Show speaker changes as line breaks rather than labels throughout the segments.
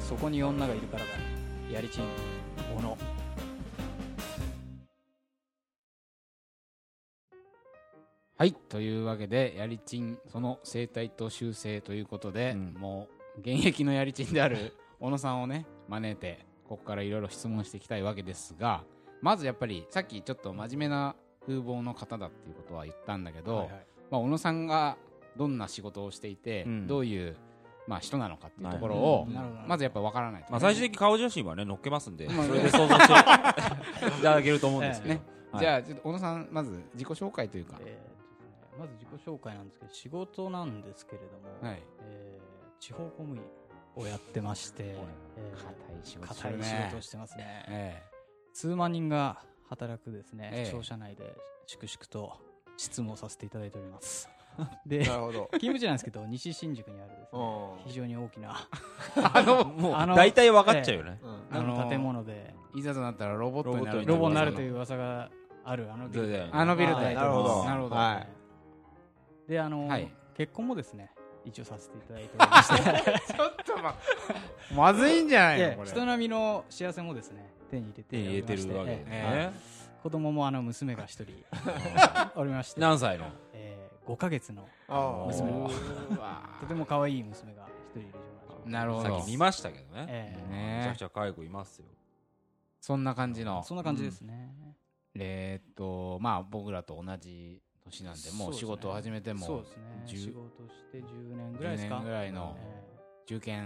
そこに女がいるからだやりちん小野
はいというわけでやりちんその生態と修正ということで、
うん
もう現役のやりちんである 小野さんをね招いてここからいろいろ質問していきたいわけですがまずやっぱりさっきちょっと真面目な風貌の方だっていうことは言ったんだけど、まあ、小野さんがどんな仕事をしていて、
うん
どういう、まあ、人なのかっていうところを、
はい
なるほど
まずやっぱわからないとね、
まあ、最終的に顔写真はね、乗っけますんで、
まあ
それで想像していただけると思うんですけど。
ね
はい
じゃあちょっと小野さんまず自己紹介というか、
えーとですねまず自己紹介なんですけど仕事なんですけれども、
はい
えー地方公務員をやってまして、え
硬い仕
ー
事
堅い仕事をしてますね、
え
数万人が働くですね、
ええ
庁舎内で粛々と執務をさせていただいており ます。で、
な
勤
るほど。
務地なんですけど、西新宿にあるですね、非常に大きな、
あの、もう
あの、
大体分かっちゃうよね。
うんうん
あ
あの
の建物で、
えいざとなったらロボットになる
ロボになると
う
いう噂がある、あのビ
そう
ル
だよね
あのビルタイ
なるほど。
なるほど
は
で、あの、
はい
結婚もですね、一応させていただいておりまして、
ちょっとままずいんじゃないの
で
これ
人並みの幸せもですね、手に入れて
手に入れて
お
る
りま
わ
し
けです
え
ね。
え子供もあの娘が一人おりまして、
何歳の
えー、5ヶ月の
い。ああ。
娘は
うわ
とても可愛い娘が一人いる状況
なるほ
さ
ど
っき見ましたけどね。
ええ
ね
めちゃくちゃ介護いますよ。
そんな感じの
そんな感じですね、
えーっとまあ僕らと同じ年なんでも
そうで
う
すね
仕事を始めて
そう
も
ですね
十
仕事して10年ぐらいです
10
か
年ぐらいの
え
中堅
え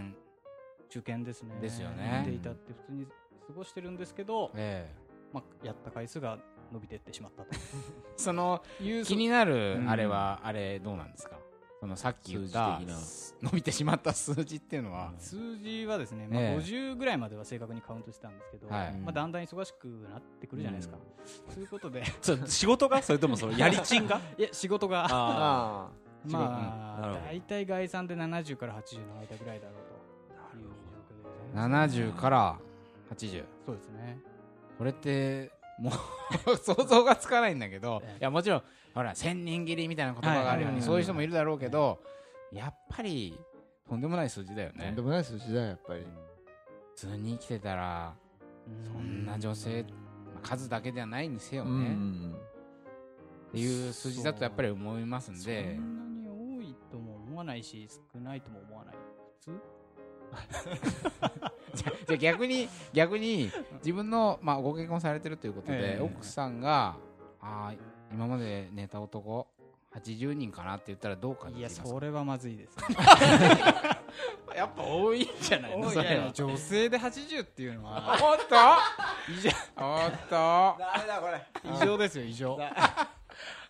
中堅ですね
ですよね
見ていたって普通に過ごしてるんですけど、
え
まあ、やった回数が伸びてってしまった と
えその
いう
気になる
うん
あれはあれどうなんですかそのさっき言った
数字的な
伸びてしまった数字っていうのは
数字はですね、まあ、
ええ
50ぐらいまでは正確にカウントしてたんですけど、
はい
まあ、だんだん忙しくなってくるじゃないですか、ということで
そう仕事がそれともそのやりちんが
いや仕事が
あ
ああ。
仕事うん
まあ
なるほど
大体概算で70から80の間ぐらいだろうという状況でございます
70から80
そうですね
これってもう想像がつかないんだけど
ええ
いやもちろんほら千人切りみたいな言葉が
はい
あるよう
はいはいは
に
い
そういう人もいるだろうけどやっぱりとんでもない数字だよ
と
ね
んでもない数字だよ、やっぱり。
普通に生きてたらそんな女性まあ数だけではないにせよ
うん
ねっていう数字だとやっぱり思いますん
そ
で
んなに多いとも思わないし少ないとも思わない普通
じゃじゃあ逆に逆に自分の、まあ、ご結婚されてるということで、
ええ
奥さんがあー今まで寝た男80人かなって言ったらどう感
い
じ
や
ますか
それはまずいですね
やっぱ多いん じゃない
おい
それ
いや
は
女性で80っていうのは
おっとおっと
ダメだ、これ。
異常ですよ異常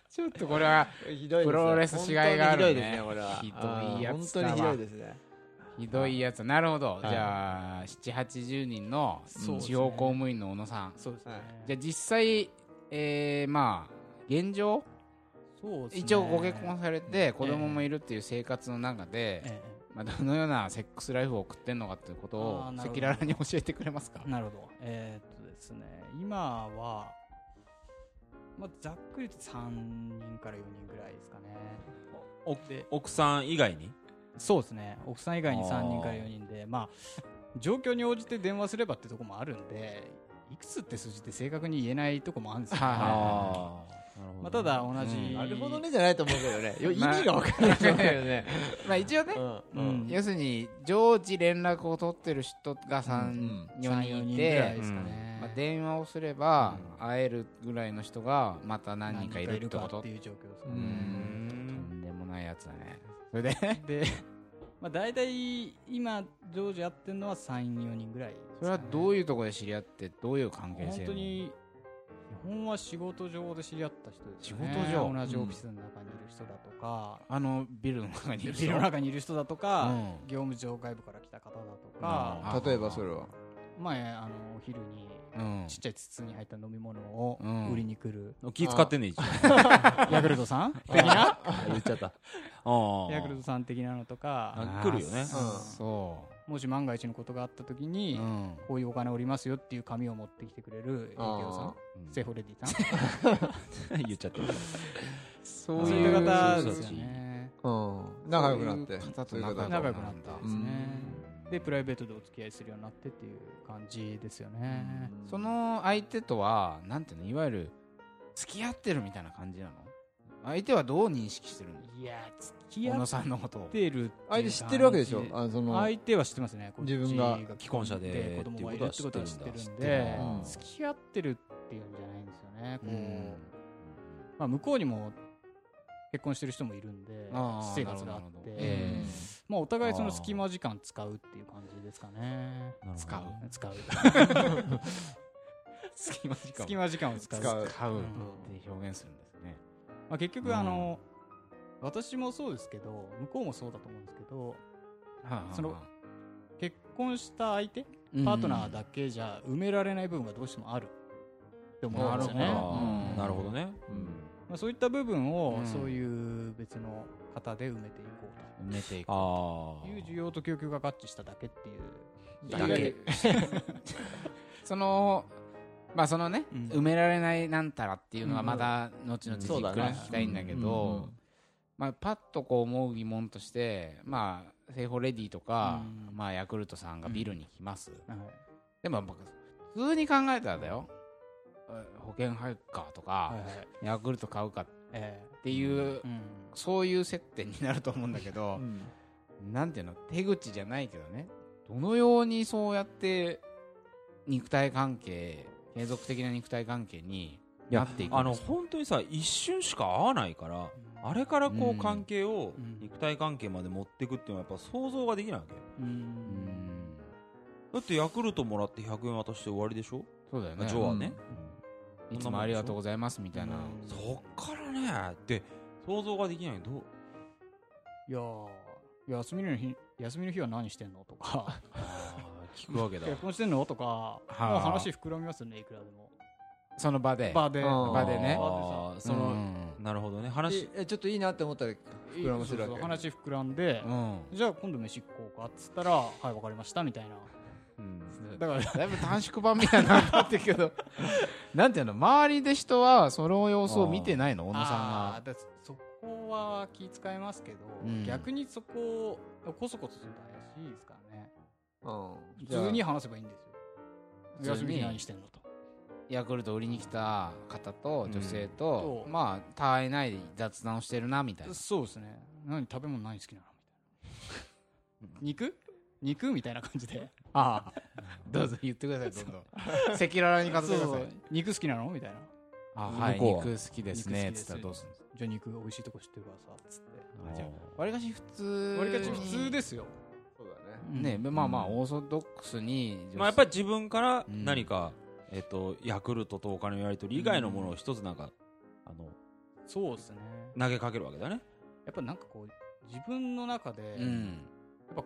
ちょっとこれは
ひどいですね。
プロレスしがいがあるね
本当にひどいですね、これは。
ひどいやつだわ
ああ本当にひどいですね。
ひどいやつなるほど、
はい
じゃあ780人の
そうですね
地方公務員の小野さん、
そうですね
はい
じゃあ実際えー、まあ現状
そうですね
一応ご結婚されて子供もいるっていう生活の中で、
ええ
まあ、どのようなセックスライフを送ってんのかっていうことを
あーなる
赤
ほど
裸々に教えてくれますか
なるほど。えーっとですね、今は、まあ、ざっくりと3人から4人ぐらいですかね。
お奥さん以外に
そうですね、奥さん以外に
あー
3人から4人で、まあ、状況に応じて電話すればってとこもあるんで、いくつって数字って正確に言えないとこもあるんですよ、ね。
はいはいはい
まあ、ただ同じ、
うん
なるほどねじゃないと思うけどね。よ意
まあ
味がわからないと思うけどね。
まあ一応ね、
う
うん
ん。
要するに常時連絡を取ってる人が
う
34
ん
人い
3 4ぐらい
て
ですかね。
まあ、電話をすれば会えるぐらいの人がまた何人かいるっ
何
てこ
人か
と
っていう状況ですか
う
ね。
ーんとんでもないやつだねそれで
で、まあ、大体今、常時やってるのは3、4人ぐらいですかね、
それはどういうところで知り合ってどういう関係性
本
の
当に基本は仕事上で知り合った人ですよね
仕事上
同じオフィスの中にいる人だとか、
あのビルの中にいる人
ビルの中にいる人だとか、
うん
業務上外部から来た方だと
なる
か
ほど
例えばそれは。
前あのお昼に
うん
ちっちゃい筒に入った飲み物を
うん
売りに来る、
気使ってんね一応
ヤクルトさん的な
言っちゃったああ
ヤクルトさん的なのとか
あ来るよね
あーそ
もし万が一のことがあった時
う
に、
うん
こういうお金おりますよっていう紙を持ってきてくれる営業さん
あ
セフレディさん
言っちゃった
そ
そ
う
う
い
いう
う
方
方
で
ですす
よ
よね
ね
うん。仲良くなって。
そういう方と
そういう方と
仲良くなったですね、
うん
でプライベートでお付き合いするようになってっていう感じですよね。
その相手とはなんていうのいわゆる付き合ってるみたいな感じなの相手はどう認識してるんですか
いや付き
小
合
野
っ
さんのことを
てるっていう感じ
相手知ってるわけでしょあその
相手は知ってますねこっち
自分が
既婚者で子供がいるってことは知ってる
知っ
ん
てる
で
ん
だ
付き合ってるっていうんじゃないんですよねこ
う
う、
ん
まあ、向こうにも結婚してる人もいるんで
あー
私生活があっ
なるほどなるほ
て、
どえ
まあ、お互いその隙間時間使うっていう感じですかね
なるほど
使う使 う
隙間時間を
隙間時間を使う
使う
使うっ
うん
て表現するんですね
まあ、結局あの、私もそうですけど向こうもそうだと思うんですけどその結婚した相手パートナーだけじゃ埋められない部分がどうしてもあるって思うんですよね。
なるほど
あ
うん
ーなるほどね。
まあ、そういった部分を、
うん
そういう別の方で埋めていこ
埋めていく
あ
う
あ。
という需要と供給が合致しただけっていう。
だけ。
そのまあそのね、
うん
埋められないなんたらっていうのは
うん
まだ後々じっ
そうだ
く
ね
り聞きたいんだけど、
うんうん
まあ、パッとこう思う疑問としてまあセイホレディとか、
うん
まあ、ヤクルトさんがビルに来ます、
はい
でも僕普通に考えたらだよえ保険入るかとか、
はいはい
ヤクルト買うかっ
え
ていう、
えうん
そういう接点になると思うんだけど、なんていうの手口じゃないけどねどのようにそうやって肉体関係継続的な肉体関係に
いや
なっていく
あ
ん
の
ですか
本当にさ一瞬しか会わないからあれからこ
う
う
ん
関係を
うん
肉体関係まで持っていくっていうのはやっぱ想像ができないわけ
う
うんん
だってヤクルトもらって100円渡して終わりでしょ
そうだよ
まあ
ね
ジョアね
いつもありがとうございますみたいな、
うん
そっからねって想像ができないどう
いやー休みの日休みの日は何してんのと か
聞くわけだ
結婚してんのとかもう
はあ
話膨らみますよねいくらでも
その場で
場で
うん
場でね
場
あー
そ
そ
の
のなるほどね話
えちょっといいなって思ったら膨らませる
そ
わけ
うそう話膨らんで
うん、
じゃあ今度飯行こうかっつったらはいわかりましたみたいなだから
だいぶ短縮版みたいになってるけど なんていうの周りで人はその様子を見てないの小野さん
あ
が
ーだからそこは気遣いますけど、
うん
逆にそこをこそこそすると怪しいですからね
うんじゃあ
普通に話せばいいんですよ
普通
休
に
みに何してんのと
ヤクルト売りに来た方と女性と、
うん
まあたわいない雑談をしてるなみたいな
そうですね何食べ物何好きなのみたいな肉肉みたいな感じでああ
どうぞ言ってくださいど んどん赤裸々に語っ
そ
て
う
くだ
そ
さいう
肉好きなのみたいな
あ
向
はい
こう
肉
は
好きですね
肉好きです
つったらどうするんですか
じゃあ肉美味しいとこ知ってるからさつって
あじゃわりかし普通
わりかし普通ですよ、
そうだね
ねまあまあオーソドックスに女性
まあやっぱり自分から何かえっとヤクルトとお金のやり取り以外のものを一つなんかあの
そうですね
投げかけるわけだね
やっぱなんかこう自分の中で、
うん
やっぱ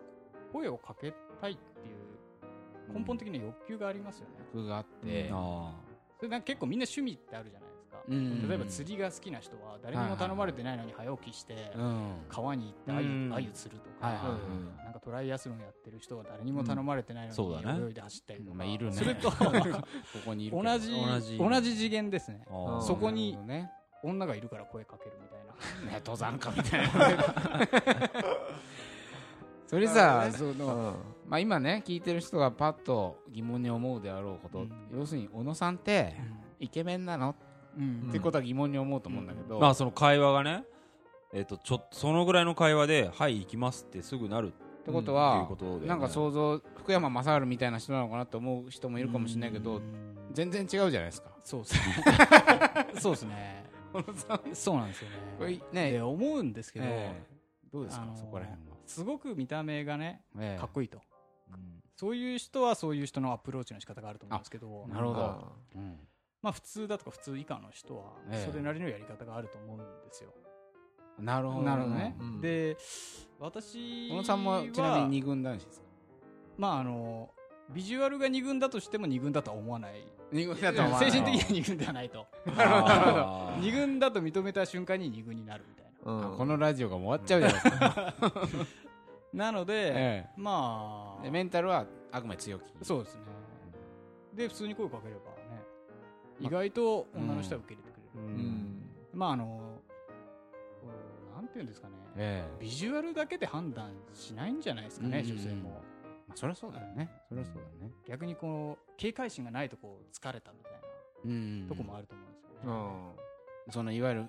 声をかけたいっていう根本的な欲求がありますよね。
僕があって
あ
それなんか結構みんな趣味ってあるじゃないですか。
うん
例えば釣りが好きな人は誰にも頼まれてないのに早起きして
うん
川に行って
うん
鮎鮎釣ると
はいはい
か
は。い
なんかトライアスロンやってる人は誰にも頼まれてない
うんそうだ
の
ね
に泳いで走ったりとか、
ま あいるね
それと
ここにいるけど
同じ
同
同
じ
じ次元ですね
ーあー
そこ
な
に
るほどね
女がいるから声かけるみたいな
ね登山家みたい なそれさそのまあ今ね聞いてる人がパッと疑問に思うであろうこと、
うん
要するに小野さんってイケメンなの、
うん
ってことは疑問に思うと思うんだけど、
まあその会話がねえっとちょそのぐらいの会話で「はい行きます」ってすぐなるっ
ってこと
てい
は
う、ことで、
なんか想像福山雅治みたいな人なのかなって思う人もいるかもしれないけど、
うん
全然違うじゃないですか
そうですね そうですねそうなんですよね
これね
で思うんですけど、
ええどうですか、
あのー
そこら辺は、
すごく見た目がね
ええ
かっこいいと、そういう人はそういう人のアプローチの仕方があると思うんですけど
なるほど
あ
うん
まあ、普通だとか普通以下の人は
ええ
それなりのやり方があると思うんですよ、
なるほど
なるほどね、
うん
で私
小
は
野さんもちなみに二軍男子ですか
まああのビジュアルが二軍だとしても二軍だとは思わない
二軍だとは思わない
精神的には二軍ではないと
あー
二軍だと認めた瞬間に二軍になるみたい
う
あ
ん
このラジオがもう終わっちゃうじゃないですか、
ななので、
え
ま
え
あ
でメンタルはあくまで強気
そうですね。で、普通に声をかければね、意外と女の人は受け入れてくれ
う
る。
ん
まあ、あの、こうなんていうんですかね、
ええ
ビジュアルだけで判断しないんじゃないですかね、
うんうんうん
女性も。
まあ、そりゃそうだよね。そりゃそうだよね。
逆にこう警戒心がないとこう疲れたみたい
うんうんう。
なんとこもあると思うんですよね、
うん
そのいわゆる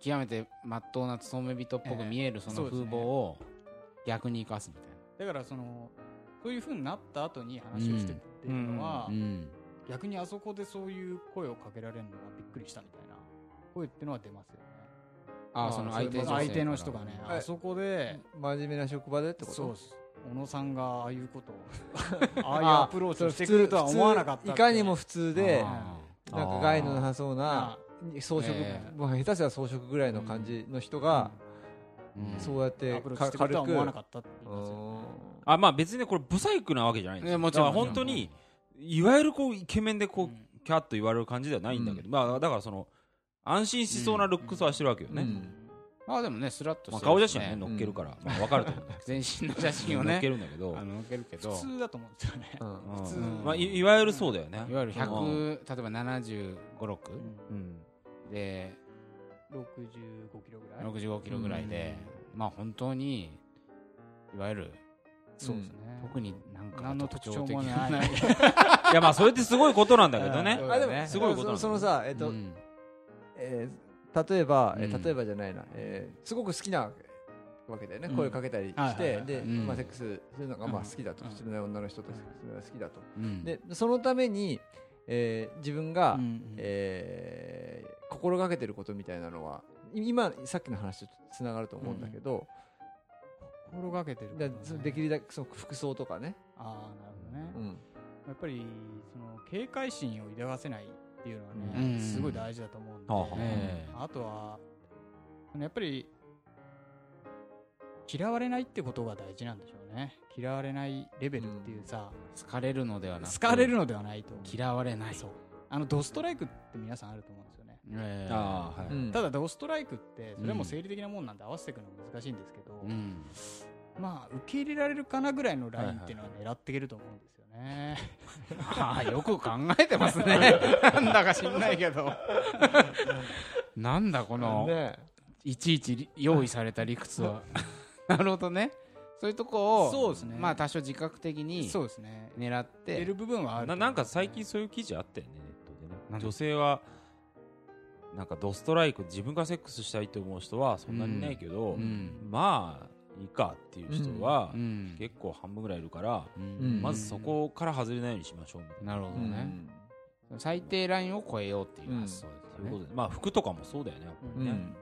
極めて真っ当な勤め人っぽく見えるその
そうです
風
ね
貌を逆に生かすみたい
だ
な。
からそのそういうふうになった後に話をしてるっていうのは、
うん、
逆にあそこでそういう声をかけられるのがびっくりしたみたいな声ってのは出ますよね
あ
あ
あ
ー
その
それ
相手女性から
相手の人がね
はい
あそこで
真面目な職場でってこと
そうっす小野さんがああいうこと をああいう
あ
アプローチ
そ
を
れ
して
普
く
通
るとは思わなかったっ
普
て
通いかにも普通で
あー
なんか害のなさそうな
あ
装飾、
ええ
まあ、下手したら装飾ぐらいの感じの人が、
うん
そうやっ
ア
て
プローチ
か
してくる
軽
とは思わな
く
かったって言いますよね
う
あまあ別にねこれブサイクなわけじゃないんです
ね
よ
もちろん
だから本当にいわゆるこうイケメンでこう、キャッと言われる感じではないんだけど、まあだからその安心しそうなルックスはしてるわけよね、
うん
まあでもねスラッとしてる
まあ、
し
顔写真はね
ん
乗っけるから、まあ、わかると思う
全身の写真を
乗っける
ね
んだけど
あの載っけるけど
普通だと思うんですよ ね、
ん
うん
普通
まあ、いいわゆるそうだよね
いわゆる
う
100例えば7 5 6
ん
で
65キロぐらい
6 5キロぐらいで、まあ本当にいわゆる
そうですね
特になんか
何の
特
特
徴
徴
的
もな
な
い
ないい
いやまあそれってすごいことなんだけどね
うん
あで
ね
も
すごいことな
そ
んだ
そのさ、えっとえー例えば、えー
うん
例えばじゃないな、えーすごく好きなわけだよね、
うん
声かけたりして、
はいはいはい
で、
うん
まあ、セックスするのがまあ
うん
好きだと、
うん
普通の女の人とするのが好きだと、
うん
でそのために、えー自分が、
うんう ん
えー心がけてることみたいなのはい今さっきの話とつながると思うんだけど、
心がけてること
だ
ね
からそできるだけその服装とかね、
ああなるほどね、
うん
やっぱりその警戒心を抱かせないっていうのはね、
うん
すごい大事だと思うんで、
はあはあ
ええ
あとはそのやっぱり嫌われないってことが大事なんでしょうね嫌われないレベルっていうさ、
好かれるのではなく
好かれるのではないと
嫌われない
そうあのドストライクって皆さんあると思うんですよね
ええ
ああはい、
うん
ただドストライクってそれはもう生理的なもんなんで合わせていくの難しいんですけど、
うん
まあ受け入れられるかなぐらいのラインっていうのは狙っていけると思うんですよね、
ああよく考えてます ねなんだか知んないけどなんだこの
で
いちいち用意された理屈はなるほどねそういうとこを
そうですね
まあ多少自覚的に
そうですね
狙っ
出
て
る部分はあると
な
思う
なんか最近そういう記事あったよねネットでね
なんで
女性はなんかドストライク自分がセックスしたいと思う人はそんなにいないけど、
うん
まあいいかっていう人は
うん
結構半分ぐらいいるから、
うん
まずそこから外れないようにしましょうみたいな
なるほど
うん
ね最低ラインを超えようっていう発想
そうい
です
うこ
よ
と
ね
でまあ服とかもそうだよねやっぱ
う
り
ん
ね、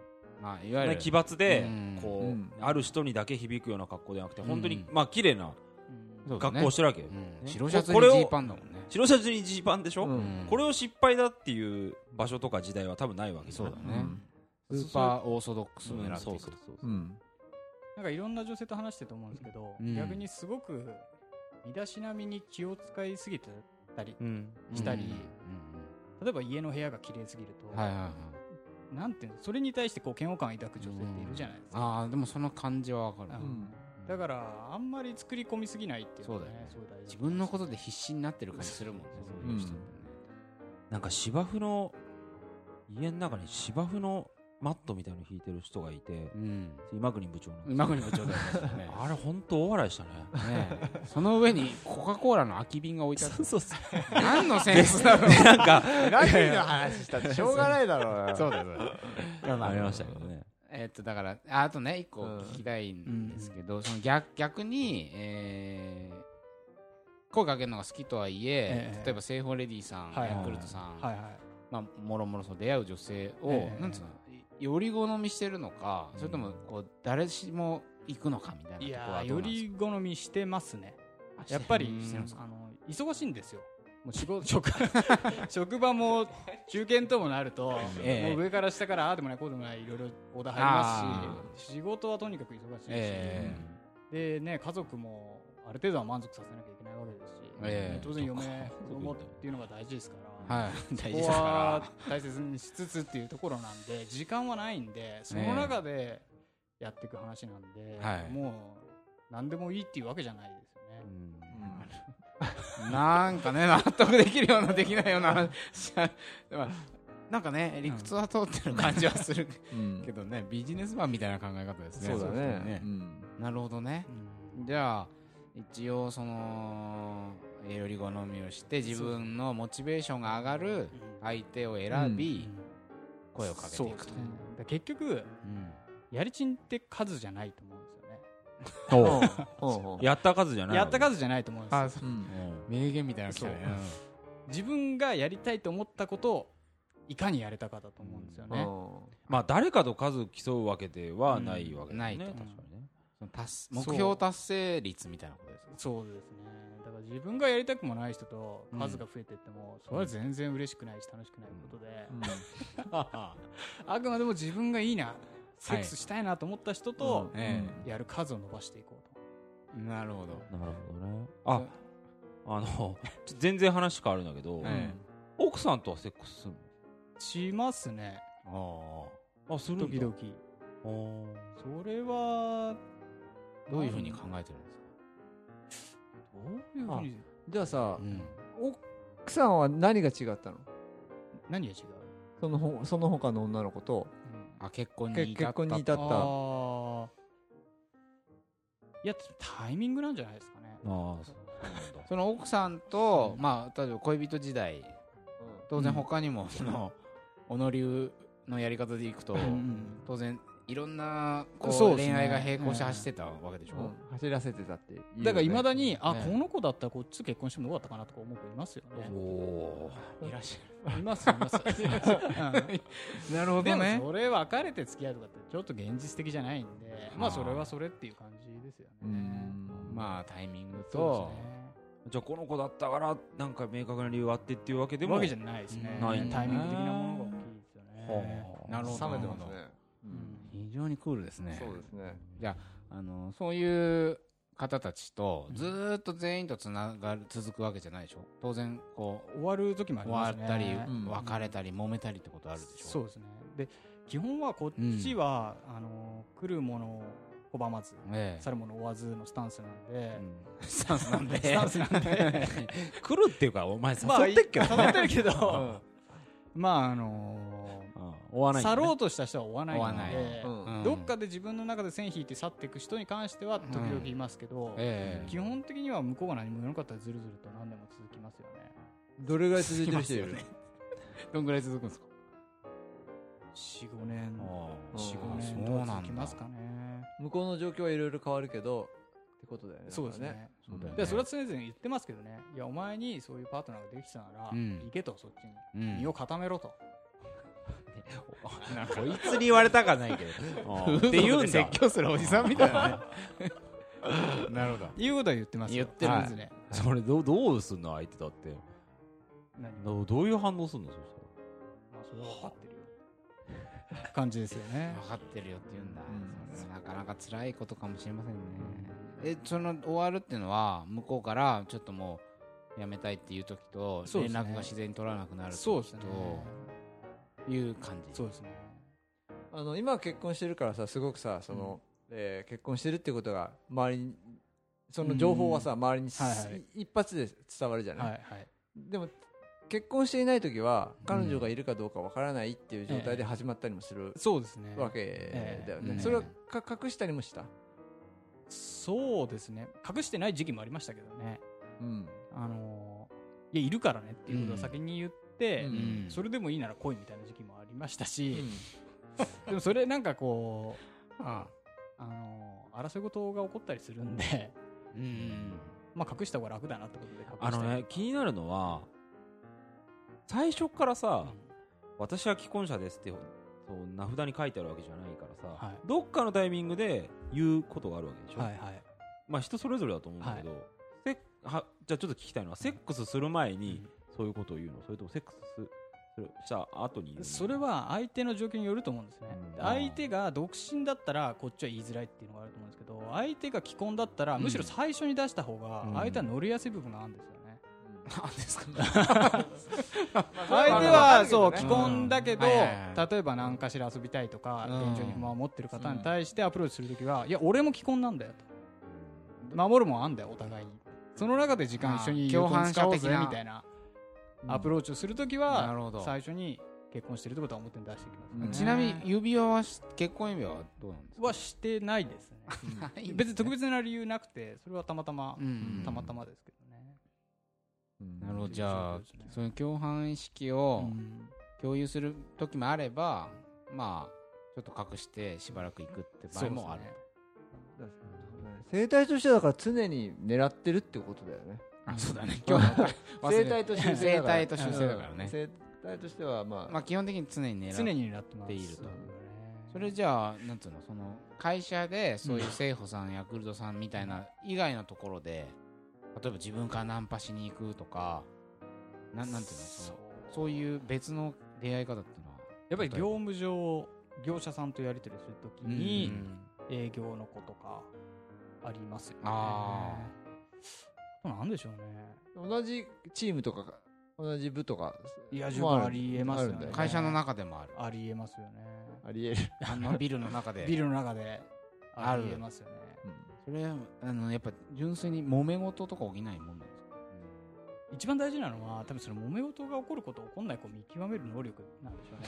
まあいわゆ
ね
る
奇抜で
うん
こう、
うん
ある人にだけ響くような格好じゃなくて本当に、
うん
まあ綺麗な
うん
そうだね
格好をしてるわけよ、
うん
ね
白シャツに
こ
ジ
れを
ーパンだもんね
白シャツにジーパンでしょ、
うん
うん
これを失敗だっていう場所とか時代は多分ないわけ
そうだ
ね
ねスーパーオーソドックスを狙っていく
うん
なんかいろんな女性と話してると思うんですけど、
うん
逆にすごく身だしなみに気を使いすぎてたり
うん
したり
うんうん
例えば家の部屋が綺麗すぎる
うん
と、
はいはいはい
なんていうのそれに対してこう嫌悪感を抱く女性っているじゃないですか、
ああでもその感じはわかる
う
うんん
だからあんまり作り込みすぎないっていうのが、ね、
そ
そうだよ
自分のことで必死になってる感じするもんねそういう人ってね
なんか芝生の家の中に芝生のマットみたいの引いてる人がいて
うん
今国部長の
今国部長だったですよ ね
あれ本当大笑いしたね
ねえその上にコカ・コーラの空き瓶が置いてあっ
そうそう
た 何のセンスだろう
なんか
ラグビーの話したってしょうがないだろ う よ
そうだそうだ
ありましたけどね
えっとだからああとね一個
うん
聞きたいんですけど、その逆逆に、えー声かけるのが好きとはいえ
ええ
例えばセイホーレディさん、
はい
ヤクルトさん、
はいはい
まあ、もろもろそう出会う女性を、
ええ
なんつうのより好みしてるのか、それともこう誰しも行くのかみたいなと
い
ころ
や
は
ー
どう
よ
なんです
り好みしてますね
か
やっぱり
うんしてるんですか
あの忙しいんですよもう仕事 職職場も中堅ともなると、
ええ
もう上から下からああでもないこうでもないいろいろオーダー入り
あ
ますし仕事はとにかく忙しいし、
え
でね家族もある程度は満足させなきゃいけないわけですし、
ええ
当然嫁
そっか
子供っていうのが大事ですから、
はい
こ
大事です
こ
か
は大切にしつつっていうところなんで時間はないんでその中でやっていく話なんで、
はい
もう何でもいいっていうわけじゃないですよね。
らなんかね納得できるようなできないような話 でもなんかね理屈は通ってる感じはする
うん
けどねビジネスマンみたいな考え方ですね
そうだ
です
ねうん
なるほどね
うん
じゃあ一応そのより好みをして自分のモチベーションが上がる相手を選び声をかけていくと、
うんだから結局やりちんって数じゃないと思うんですよね
ほうほう
やった数じゃない
やった数じゃないと思うんですよ
そ
うん
名言みたいなの来たね
自分がやりたいと思ったことをいかにやれたかだと思うんですよ
う
ね、
ん
まあ誰かと数競うわけではないわけ
うん
だ
な
よ
いと
ね
思う
確かにね
うん達す目標達成率みたいなことですね
そうですねだから自分がやりたくもない人と数が増えていっても、それは全然嬉しくないし楽しくないことで、 あくまでも自分がいいなセックスしたいなと思った人と
うん
え
やる数を伸ばしていこうと、
えなるほど
なるほどねああのちょ全然話変わるんだけど
え
奥さんとはセックスする
しますね
のあああするんだ
時々
あー
それは
どういうふうに考えてるんですか
どういうふうに
じゃあさ
うん
奥さんは何が違ったの
何が違う、
そのほその他の女の子と
あ結婚
け
に至
結
った
婚に至
あ
っ
あ
た
ーいやタイミングなんじゃないですかね
ああそうそうなんだ
その奥さんと、まあ例えば恋人時代当然
うん
他にもそ の小野流のやり方でいくと当然いろんなこ
そう
う
です
恋
ね
愛が並行して走ってたわけでし
う
ょ
ん走らせてたっていうよね
だからいまだに、あ
ね
この子だったらこっちと結婚してもよかったかなとか思う子いますよね
おおーいらっし
いますいます
ゃ るなるほ
でもそれ別れて付き合うとかってちょっと現実的じゃないんでまあそれはそれっていう感じですよ
う
ね
ん
まあタイミング
そ
と
うですね
じゃあこの子だったからなんか明確な理由あってっていうわけでも
わけじゃないですね。
ないんだ
タイ
ね
ミング的なものが大きいですよね。
はあ
なるほど
冷めてますね
うん
非常にクールですね
そうですね
あのそういう方たちとずーっと全員とつながる続くわけじゃないでしょ当然こう
終わる時もあり
終
ま
わ
すね。
ったり
ん
別れたり揉めたりってことあるでしょ
そうですね。で、基本はこっちは、あの、来るものを拒まず、
ええ
去るものを追わずのスタンスなんで、
スタンスなんで。
スタンスなんで
来るっていうかお前
まあ、
誘ってっけど
誘ってるけど、 まあ、あの
うん追わないんだ
去
ね
ろうとした人は追わない
追わ
の
ない
で
う、
うん
どっかで自分の中で線引いて去っていく人に関しては時々いますけど、
ええ
基本的には向こうが何も言わなかったらずるずると何年も続きますよね。
どれぐらい続いてる人い
い
る
ますどんぐらい続くんですか
45年
うん
45年
そうなんだ
続きますかね
向こうの状況はいろいろ変わるけどってことだよね
そうです
だから
ね
そうだよね
でそれは常々言ってますけどねいやお前にそういうパートナーができてたなら、
うん
行けとそっち
う
に
ん
身を固めろと、
なんか
こいつに言われたかないけどって言うんだ
説教するおじさんみたいなねなるほど
いうことは言ってますよ
言ってる
常々
それどうどうすんの相手だって
何も
どうどういう反応すんのそし
まあそれは分かってるよ感じですよね
分かってるよって言うんだ
う
それなかなか辛いことかもしれませんねえその終わるっていうのは向こうからちょっともうやめたいっていう時と
そうで
連
すね
絡が自然に取らなくなる時
そうですね
という感じ
そうですね
あの今は結婚してるからさすごくさその、えー結婚してるってことが周りにその情報はさ、周りにす、
はいはい
一発で伝わるじゃない、
はいはい
でも結婚していない時は彼女がいるかどうかわからないっていう状態で始まったりもする
そうですね
わけだよね、
ええ
それはか隠したりもした、
そうですね隠してない時期もありましたけどね
うん
あのーいやいるからねっていうことを先に言って、
うん
うん
それでもいいなら来いみたいな時期もありましたし、でもそれなんかこう、あの、争い事が起こったりするんで、
うんうん
まあ隠した方が楽だなってことで隠した
あのね気になるのは最初から
う
さ
ん、
私は既婚者ですってそう名札に書いてあるわけじゃないからさ、
はい
どっかのタイミングで言うことがあるわけでしょ、
はいはい。
まあ人それぞれだと思うんだけど、せっはじゃあちょっと聞きたいのはセックスする前にそういうことを言うのそれともセックスすするした後に言うの
それは相手の状況によると思うんですね
うん。
相手が独身だったらこっちは言いづらいっていうのがあると思うんですけど、相手が既婚だったらむしろ最初に出した方が
うん
相手は乗りやすい部分があるんですよね。
なんですか
相手
まあ
はそう
わかる
既
けどね
婚だけど、
うんはい
例
はいはい
えば何かしら遊びたいとか、
うん
現状に不満を持ってる方に対してアプローチするときは、いや俺も既婚なんだよと守るもんあんだよお互いにその中で時間一緒に
あー
有効に使おうぜ
共犯者的な
みたいなアプローチをするときは、
なるほど
最初に結婚してるってことは表に出してきます、
うんちなみに指輪はし結婚指輪はどうなんですか
はしてないです ね
ないんですね
別に特別な理由なくてそれはたまたま、
うん
たまたまですけどね
なるほどじゃあ
っていう状況ですね
その共犯意識を
うん
共有する時もあればまあちょっと隠してしばらく行くって場合もある
そうですね
生態としてはだから常に狙ってるってことだよね
あそうだね今日 忘れ
生
て
態と修正だから
生態と修正だからね
うん生態としてはまあ、
まあ基本的に常に狙って
常に狙ってます
っていると
そうね
それじゃあなんつうのその会社でそういう聖保さんヤクルトさんみたいな以外のところで例えば自分からナンパしに行くとかなんなんていうのそのそういう別の出会い方っていうのは
やっぱり
例
業
えば
務上業者さんとやり取りするときに
うんうんうん
営業の子とかありますよね
あ
あなんでしょうね
同じチームとか同じ部とか
いや
も
十分ありえますよ
あるんだ
ね
よね
会社の中で もある
ありえますよね
ありえる、
あのビルの中で
ビルの中で
あ
あ
る
りえますよね
それはあのやっぱ純粋に揉め事とか起きないもんなんですか
一番大事なのは多分その揉め事が起こること起こんない子を見極める能力なんでしょうね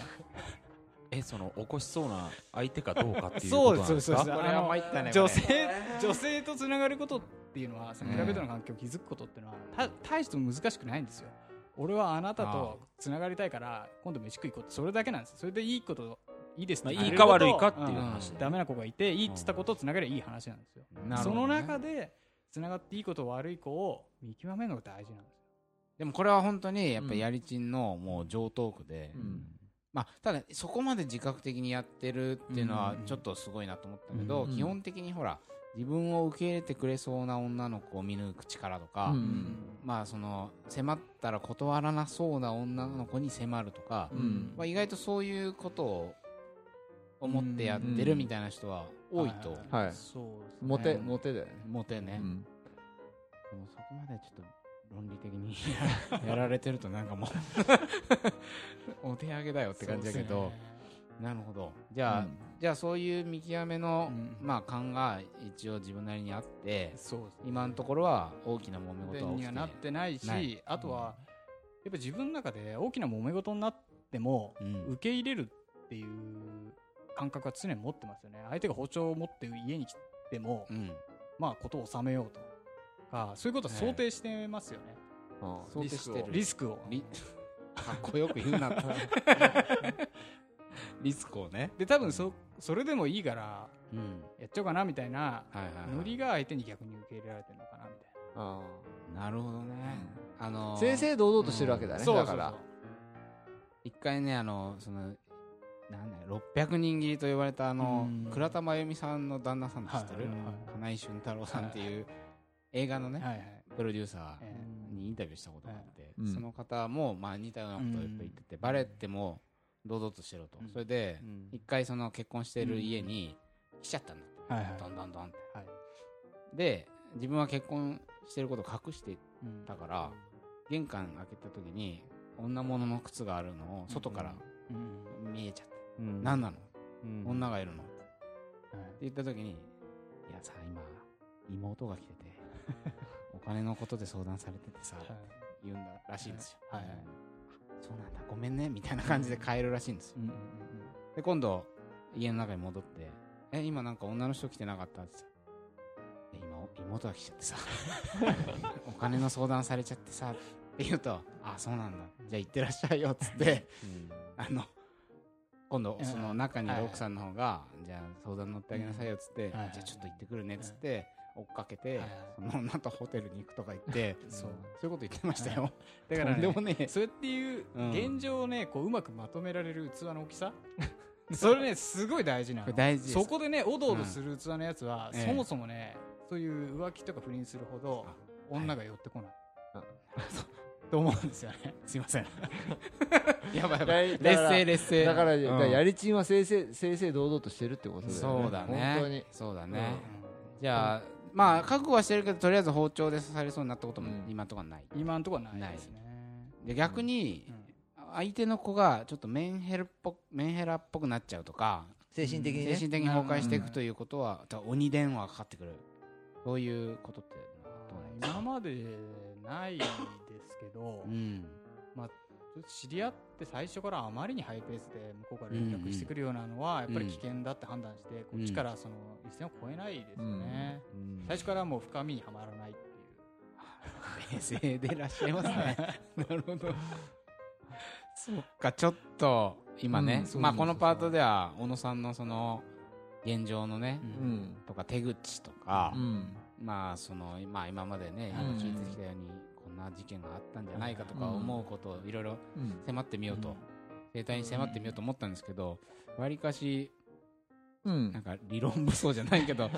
えその起こしそうな相手かどうかってい う
そ
こ
う
と
です
な
そうで
んです
す
か
これは参
った
女性女性とつながることっていうのはその
うん
プライベートの環境を築くことっていうのはた大して難しくないんですよ俺はあなたとつながりたいから今度飯食い行こうってそれだけなんですそれでいいこといいです
ま
ね
あいいか悪いかっていう話
ダメな子がいていいっつったことをつながりゃいい話なんですよその中でつながっていいこと悪い子を見極めるのが大事なんです
でもこれは本当にやっぱやりちんのもう上等句で、
うん
まあ、ただそこまで自覚的にやってるっていうの
う
は
んうん
ちょっとすごいなと思ったけど、
うんうん
基本的にほら自分を受け入れてくれそうな女の子を見抜く力とか、
うん
まあその迫ったら断らなそうな女の子に迫るとか、
うん
まあ、意外とそういうことを思ってやってるみたいな人は多いと、
は
そうで
い
すね
モテモテだよね、
モテね、
うん
でもそこまでちょっと論理的に やられてるとなんかもう お手上げだよって感じだけど、なるほどじゃあ、
うん
じゃあそういう見極めの、
うん
まあ、勘が一応自分なりにあって
そうですね
今のところは大きな揉め
便
事は
利に
起
は
き
なっててないし
ない
あとはやっぱ自分の中で大きな揉め事になっても
うん
受け入れるっていう感覚は常に持ってますよね相手が包丁を持って家に来ても、
うん
まあことを収めようとかそういうことは想定してますよね、
ああ
想定してる
リ
え
リスクを
リ かっこよく言うな リスクをね、
で多分そそれでもいいから
うん
やっちゃおうかなみたいな
はいはいはい
ノリが相手に逆に受け入れられてるのかなみたいな
スクをあ
なるほどね、あ
あ
のー
正々堂々としてるわけだね、
そうそ
だ
うそ
か
う
ら
一回ねあのそのなんだろう600人斬りと呼ばれたあの
うん
倉田真由美さんの旦那さん知ってる、
はいはいはい
金井俊太郎さんっていう映画のね、
はいはい
プロデューサ
え
ーにインタビューしたことがあって、
うん
その方も、まあ、似たようなことをやっぱ言ってて、バレても堂々としろと、
うん
それで
えうん
一回その結婚してる家に来ちゃったんだって、
はいはい
どんどんどんって、
はい
で自分は結婚してることを隠して
うん
だから玄関開けた時に女物の靴があるのを外から
うん
見えちゃって、
うん
何なの、
うん
女がいるのって
はい
言った時に「いやさ今妹が来てて お金のことで相談されててさ」
はい
言うんだらしいんですよ、
はいはい
そうなんだごめんねみたいな感じで帰るらしいんですよ
うんうん
で今度家の中に戻って「え今なんか女の人来てなかった?」ってさ「え今お妹が来ち ゃってさお金の相談されちゃってさ」って言うと「あそうなんだじゃあ行ってらっしゃいよ」っつってあの今度
うん
その中にい
はい
る
はい
奥さんの方が「じゃあ相談乗ってあげなさいよ」っつって「
ん
じ
はい
ゃ
はい
あちょっと行ってくるね」っつって追っかけて
はいはい
その女とホテルに行くとか言って
うんそう
そういうこと言ってましたよ
だから
とんで
ね
もねえ
それっていう
うん
現状をねこううまくまとめられる器の大きさ それねすごい大事な
こ
の
れ大事です
そこでねおどおどする器のやつは、
うんええ
そもそもねそういう浮気とか不倫するほど女が寄ってこない、
はい
と思うんですよね
すいませんやばいやば
いや
い
だか
劣
ら
勢劣勢
だから、
うん
だからやりちんは正々正々堂々としてるってことだよね
そうだね
本当に
そうだね、じゃあまあ覚悟はしてるけどとりあえず包丁で刺されそうになったことも
うん
今のところはない、
今んところはないですね
で逆に
うん
相手の子がちょっとメンヘルっぽメンヘラっぽくなっちゃうとか
精神的にね
精神的に崩壊していくということは、だから鬼電話がかかってくるそういうことってどうなんですか
今までないですけど、
うん
ちょっ知り合って最初からあまりにハイペースで向こうから連絡してくるようなのはやっぱり危険だって判断してこっちからその一線を越えないですよね、
うん
最初からもう深みにはまらないっていう
冷静でいらっしゃいますね。 なるほど。そっか、ちょっと、今
うん
ね
そうそう、そう
まあこのパートでは、小野さんのその、現状のね、
うん
とか手口とか
う、ん
まあその、まあ今までね、
うん
今聞いてきたように、こんな事件があったんじゃないかとか思うことをいろいろ
うん
迫ってみようと、生態に迫ってみようと思ったんですけど、わりかし、
う
なん
ん
か理論武装じゃないけ ど、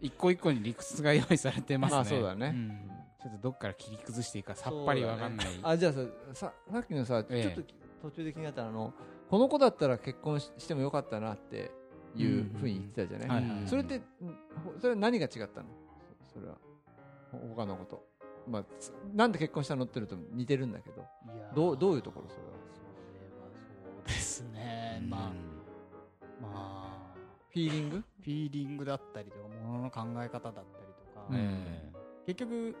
一個一個に理屈が用意されてますね。
まあそうだね
んちょっとどっから切り崩していいかさっぱりわかんない。
あじゃあさささっきのさちょ
ええ
っと途中で気になったのあのこの子だったら結婚ししてもよかったなっていうふうに言ってたじゃない、
はい
うん
それってんほそれは何が違ったのそそれはほ他のことまあつなんで結婚したのっていうのと似てるんだけど
いやー
どうどういうところそれは
それはそうですね、まあまあ
フィーリング
フィーリングだったりとかものの考え方だったりとか、
うん、
うん
え
結局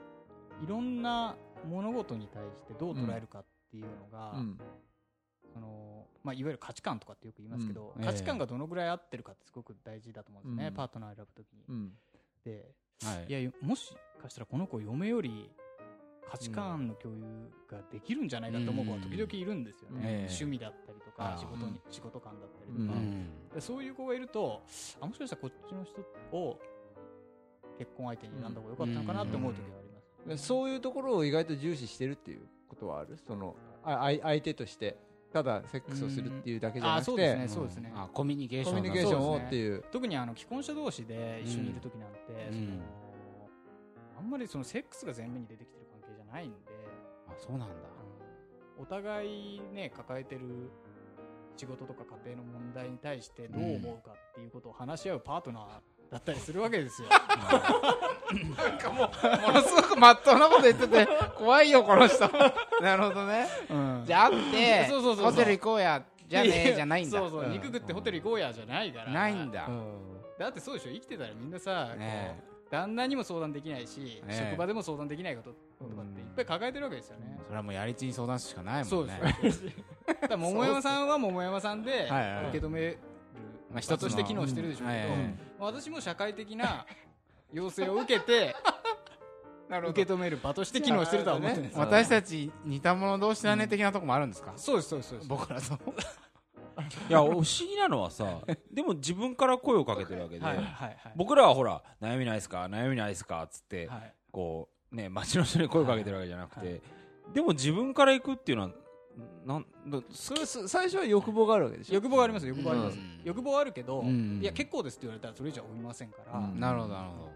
いろんな物事に対してどう捉えるかっていうのが、
うん
そのまあ、いわゆる価値観とかってよく言いますけど、
うん
価値観がどのぐらい合ってるかってすごく大事だと思うんですね、
うん
パートナーを選ぶときに。
うん
で
えはい
いやもしかしたらこの子嫁より価値観の共有ができるんじゃないかと思う子が時々いるんですよね、
うんええ
趣味だったりとか
あー
仕事に、仕事感だったりとか、
う
でそういう子がいるとあもしかしたらこっちの人を結婚相手に選んだ方が良かったのかなって思う時があります、
そういうところを意外と重視してるっていうことはあるそのああい相手としてただセックスをするっていうだけじゃな
あ
くて
そうですねそうですね、
あコミュニケーシ
コ
ョン
ミュ
の
ニケーションをっていう
特にあの既婚者同士で一緒にいる時なんて、
うん
その
うん
あんまりそのセックスが前面に出てきてる関係じゃないんで
あそうなんだ
あのお互いね抱えてる仕事とか家庭の問題に対してどう思うかっていうことを話し合うパートナーだったりするわけですよ。
なんかもうものすごくまっとうなこと言ってて怖いよこの人 なるほどね
うん
じゃあ会って
そうそうそうそう
ホテル行こうやじゃあねじゃないんだ
そうそう、
うん
肉食ってホテル行こうやじゃないから。
ないん。だ、
だってそうでしょ、生きてたらみんなさ、
ね
こう旦那にも相談できないし、
ええ
職場でも相談できないこととかっていっぱい抱えてるわけですよね。
それはもうやりちに相談するしかないも
そうんで
ね
すよ。だから桃山さんは桃山さんで
はいはい
受け止める
まあ一
人と
つの
して機能してるでしょうけど、
はいはい
うん
私も社会的な要請を受け て受け止める場として機能してるとは思ってるんですよ。
私たち似た者同士だね的なとこもあるんですか、
そうですそうですそうです。
僕らと
いや不思議なのは さでも自分から声をかけてるわけで、
はいはいはい。
僕らはほら悩みないっすか悩みないっすかっつって、
はい
こうね街の人に声をかけてるわけじゃなくて、でも自分から行くっていうのはなんど
それそ最初は欲望があるわけでしょ
欲望があります欲望あります、
うん
欲望はあるけど、
うん
いや結構ですって言われたらそれ以上は追いませんから、
うん
なるほどなるほ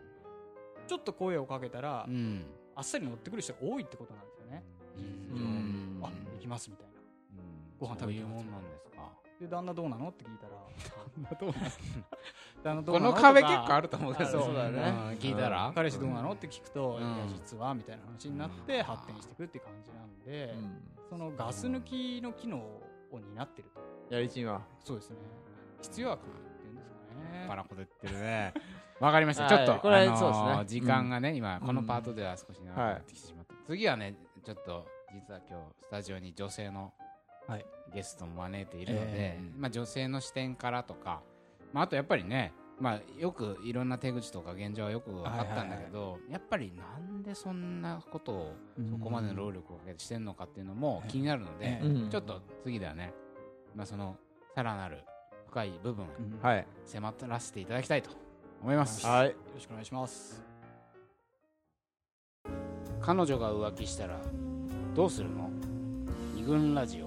ちょっと声をかけたら、
どうん
あっさり乗ってくる人が多いってことなんですよね、
うん
あ行きますみたいな
うん
ご飯
そ
食
う
べ
い
て
う
きま
も
す
んなんですか
で旦那どうなのって聞いたら旦那どう
こ
なの
の壁
と
結
か
構あると思うけど
そう
そうだね
ん聞いたら
彼氏どうなのって聞くと、
うん
いや実はみたいな話になって発展していくって感じなんで、
うん
そのガス抜きの機能を担ってると
やりちんは
そうですね必要悪っていうんですかね
パラコで言ってるね。 わかりました。ちょ
は
っ
い
と、
これ
あのー
そうですね
時間がね、今、
うん
このパートでは少し長くなってきてしまった。次はね、ちょっと、実は今日、スタジオに女性の
はい
ゲストも招いているので、
え
まあ、女性の視点からとか、まあ、あとやっぱりね、まあ、よくいろんな手口とか現状はよく分かったんだけど、やっぱりなんでそんなことをそこまでの労力をかけてしてんのかっていうのも気になるので、
え
えうん
ちょっと次ではね、まあ、そのさらなる深い部分、
うんよ
はい
迫らせていただきたいと思います
はい
ろしくお願いします
彼女が浮気したらどうするの二軍ラジオ